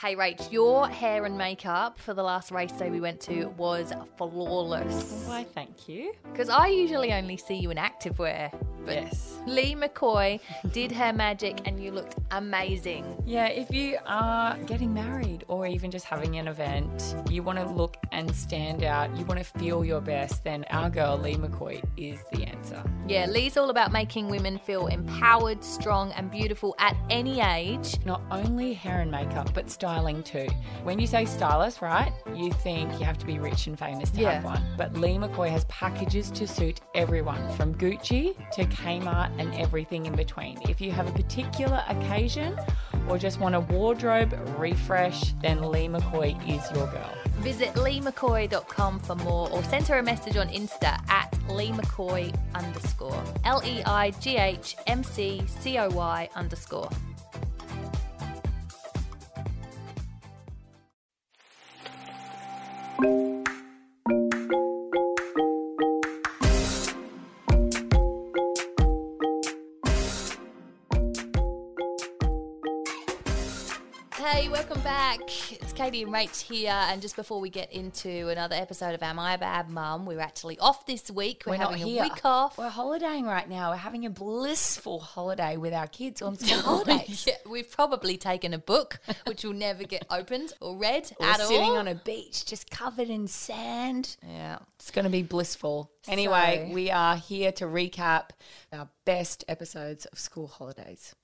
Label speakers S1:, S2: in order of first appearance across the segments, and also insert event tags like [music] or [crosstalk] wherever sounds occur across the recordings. S1: Hey, Rach, your hair and makeup for the last race day we went to was flawless.
S2: Why, thank you.
S1: Because I usually only see you in activewear. But
S2: Yes.
S1: Lee McCoy did her magic and you looked amazing.
S2: Yeah, if you are getting married or even just having an event, you want to look and stand out, you want to feel your best, then our girl Lee McCoy is the answer.
S1: Yeah, Lee's all about making women feel empowered, strong, and beautiful at any age.
S2: Not only hair and makeup, but styling too. When you say stylist, right, you think you have to be rich and famous to
S1: Yeah.
S2: have one. But Lee McCoy has packages to suit everyone, from Gucci to Kmart and everything in between. If you have a particular occasion or just want a wardrobe refresh, then Lee McCoy is your girl.
S1: Visit leemccoy.com for more or send her a message on Insta at leemccoy underscore. L E I G H M C C O Y underscore. Hey, welcome back. It's Katie and Rach here. And just before we get into another episode of Am I a Bad Mum, we're actually off this week. We're, having a week off.
S2: We're holidaying right now. We're having a blissful holiday with our kids on
S1: [laughs]
S2: school [laughs] holidays.
S1: Oh, Yeah, we've probably taken a book which will never
S2: [laughs]
S1: get opened or read
S2: Or
S1: at
S2: sitting
S1: all.
S2: on a beach just covered in sand.
S1: yeah.
S2: It's going to be blissful. Anyway,
S1: So-
S2: we are here to recap our best episodes of school holidays.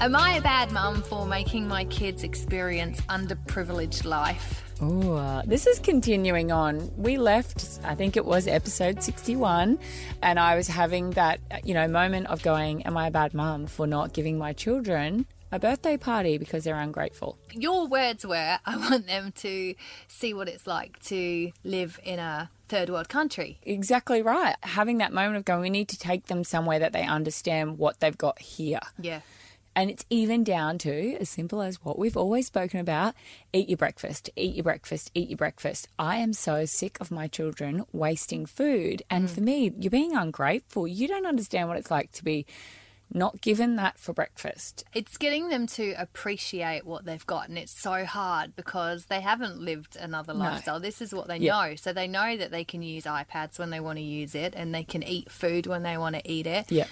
S1: Am I a bad mum for making my kids experience underprivileged life?
S2: Ooh, uh, this is continuing on. We left, I think it was episode 61, and I was having that, you know, moment of going, Am I a bad mum for not giving my children a birthday party because they're ungrateful?
S1: Your words were, I want them to see what it's like to live in a third world country.
S2: Exactly right. Having that moment of going, we need to take them somewhere that they understand what they've got here.
S1: Yeah.
S2: And it's even down to as simple as what we've always spoken about eat your breakfast, eat your breakfast, eat your breakfast. I am so sick of my children wasting food. And for me, you're being ungrateful. You don't understand what it's like to be not given that for breakfast.
S1: It's getting them to appreciate what they've got, and it's so hard because they haven't lived another lifestyle. This is what they
S2: Yeah.
S1: know. So they know that they can use iPads when they want to use it, and they can eat food when they want to eat it.
S2: Yeah.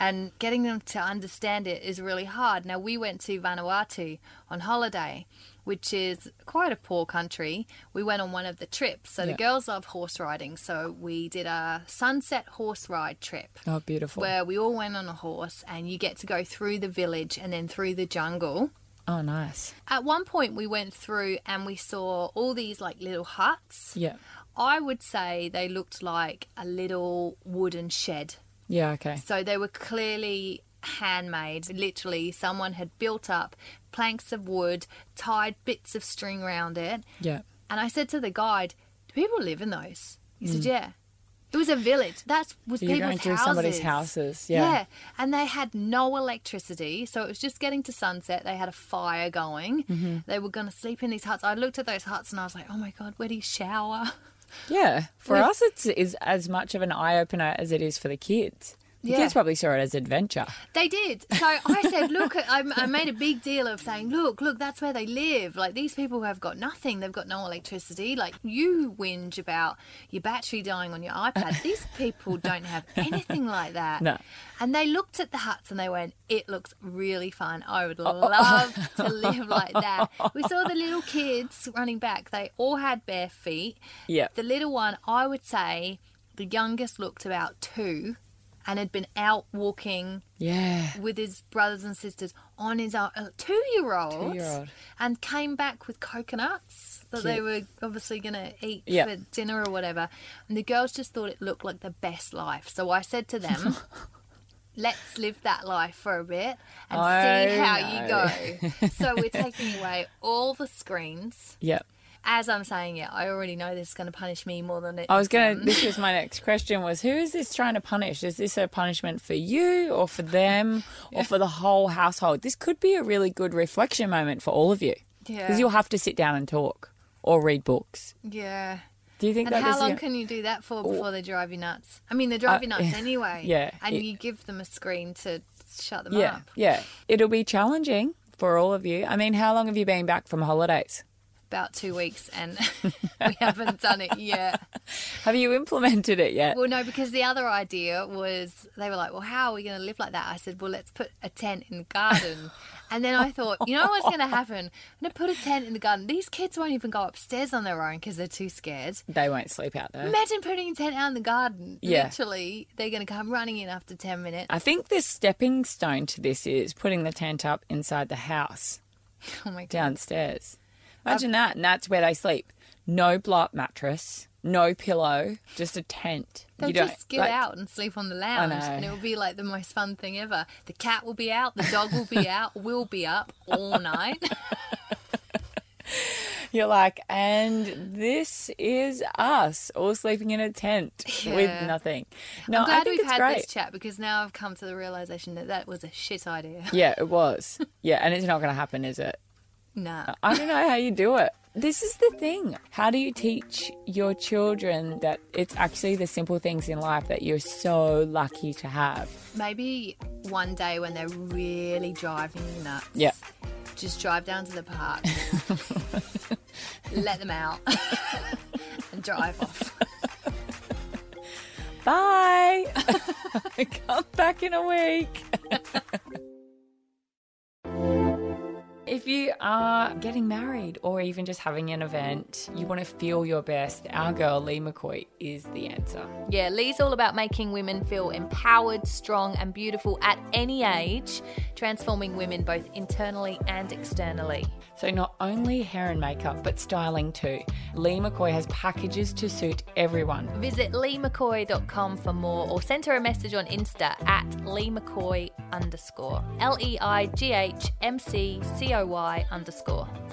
S1: And getting them to understand it is really hard. Now, we went to Vanuatu on holiday, which is quite a poor country. We went on one of the trips. So the
S2: Yeah.
S1: girls love horse riding. So we did a sunset horse ride trip
S2: Oh, beautiful.
S1: where we all went on a horse and you get to go through the village and then through the jungle.
S2: oh, nice.
S1: At one point, we went through and we saw all these like little huts.
S2: Yeah.
S1: I would say they looked like a little wooden shed.
S2: Yeah, okay.
S1: So they were clearly handmade. Literally, someone had built up planks of wood, tied bits of string around it.
S2: Yeah.
S1: And I said to the guide, Do people live in those? He said, Yeah. It was a village. That was
S2: Mm. You're
S1: people's
S2: going through
S1: houses.
S2: somebody's houses, yeah.
S1: And they had no electricity. So it was just getting to sunset. They had a fire going. They were going to sleep in these huts. I looked at those huts and I was like, oh my God, where do you shower?
S2: Yeah. For
S1: We've-
S2: us, it's is as much of an eye opener as it is for the kids. The
S1: Yeah.
S2: kids probably saw it as adventure.
S1: They did. So I said, look, I, I made a big deal of saying, look, look, that's where they live. Like these people have got nothing. They've got no electricity. Like you whinge about your battery dying on your iPad. These people don't have anything like that.
S2: No.
S1: And they looked at the huts and they went, it looks really fun. I would love to live like that. We saw the little kids running back. They all had bare feet.
S2: Yeah.
S1: The little one, I would say, the youngest looked about two and had been out walking
S2: Yeah.
S1: with his brothers and sisters on his own, two year old,
S2: Two-year-old.
S1: and came back with coconuts that they
S2: Cute.
S1: were obviously going to eat
S2: Yeah.
S1: for dinner or whatever. And the girls just thought it looked like the best life. So I said to
S2: [laughs]
S1: them, let's live that life for a bit and see
S2: Oh,
S1: how you
S2: [laughs]
S1: go. so we're taking away all the screens.
S2: Yeah.
S1: As I'm saying it, I already know this is going to punish me more than it.
S2: I was gonna.
S1: um,
S2: This was my next question: was who is this trying to punish? Is this a punishment for you, or for them,
S1: [laughs]
S2: or for the whole household? This could be a really good reflection moment for all of you,
S1: Yeah.
S2: because you'll have to sit down and talk or read books.
S1: Yeah.
S2: Do you think
S1: And
S2: that
S1: how
S2: is- Uh,
S1: long can you do that for before they drive you nuts? I mean, they drive you
S2: [laughs]
S1: nuts anyway.
S2: yeah,
S1: And
S2: it-
S1: you give them a screen to shut them
S2: Yeah,
S1: up.
S2: yeah. It'll be challenging for all of you. I mean, how long have you been back from holidays?
S1: About two weeks,
S2: [laughs]
S1: and [laughs] we haven't done it yet.
S2: Have you implemented it yet?
S1: Well, no, because the other idea was they were like, "Well, how are we going to live like that?" I said, "Well, let's put a tent in the garden." and then I thought, you know what's going to happen? I'm going to put a tent in the garden. These kids won't even go upstairs on their own because they're too scared.
S2: They won't sleep out there.
S1: Imagine putting a tent out in the garden.
S2: Yeah.
S1: Literally, they're going to come running in after ten minutes. [laughs]
S2: I think the stepping stone to this is putting the tent up inside the house
S1: Oh my god!
S2: downstairs. Imagine that. And that's where they sleep. No blow-up mattress, no pillow, just a tent.
S1: They'll
S2: don't-
S1: just get
S2: like,
S1: out and sleep on the lounge,
S2: know.
S1: and it will be like the most fun thing ever. The cat will be out, the dog will be out, we'll be up
S2: [laughs]
S1: all night.
S2: You're like, and this is us all sleeping in a
S1: [laughs]
S2: tent with
S1: Yeah.
S2: nothing. No,
S1: I'm glad
S2: I think
S1: we've
S2: it's
S1: had
S2: great.
S1: this chat because now I've come to the realization that that was a shit idea. [laughs]
S2: Yeah, it was. [laughs] Yeah, and it's not going to happen, is it?
S1: Nah.
S2: I don't know how you do it. This is the thing. How do you teach your children that it's actually the simple things in life that you're so lucky to have?
S1: Maybe one day when they're really driving you nuts.
S2: Yeah.
S1: Just drive down to the park.
S2: [laughs]
S1: let them out. [laughs] and drive off.
S2: [laughs] Bye. Come back in a week. If you are getting married or even just having an event, you want to feel your best, our girl Lee McCoy is the answer.
S1: Yeah, Lee's all about making women feel empowered, strong, and beautiful at any age, transforming women both internally and externally.
S2: So, not only hair and makeup, but styling too. Lee McCoy has packages to suit everyone.
S1: Visit leemccoy.com for more or send her a message on Insta at leemccoy underscore. L E I G H M C C O Y underscore.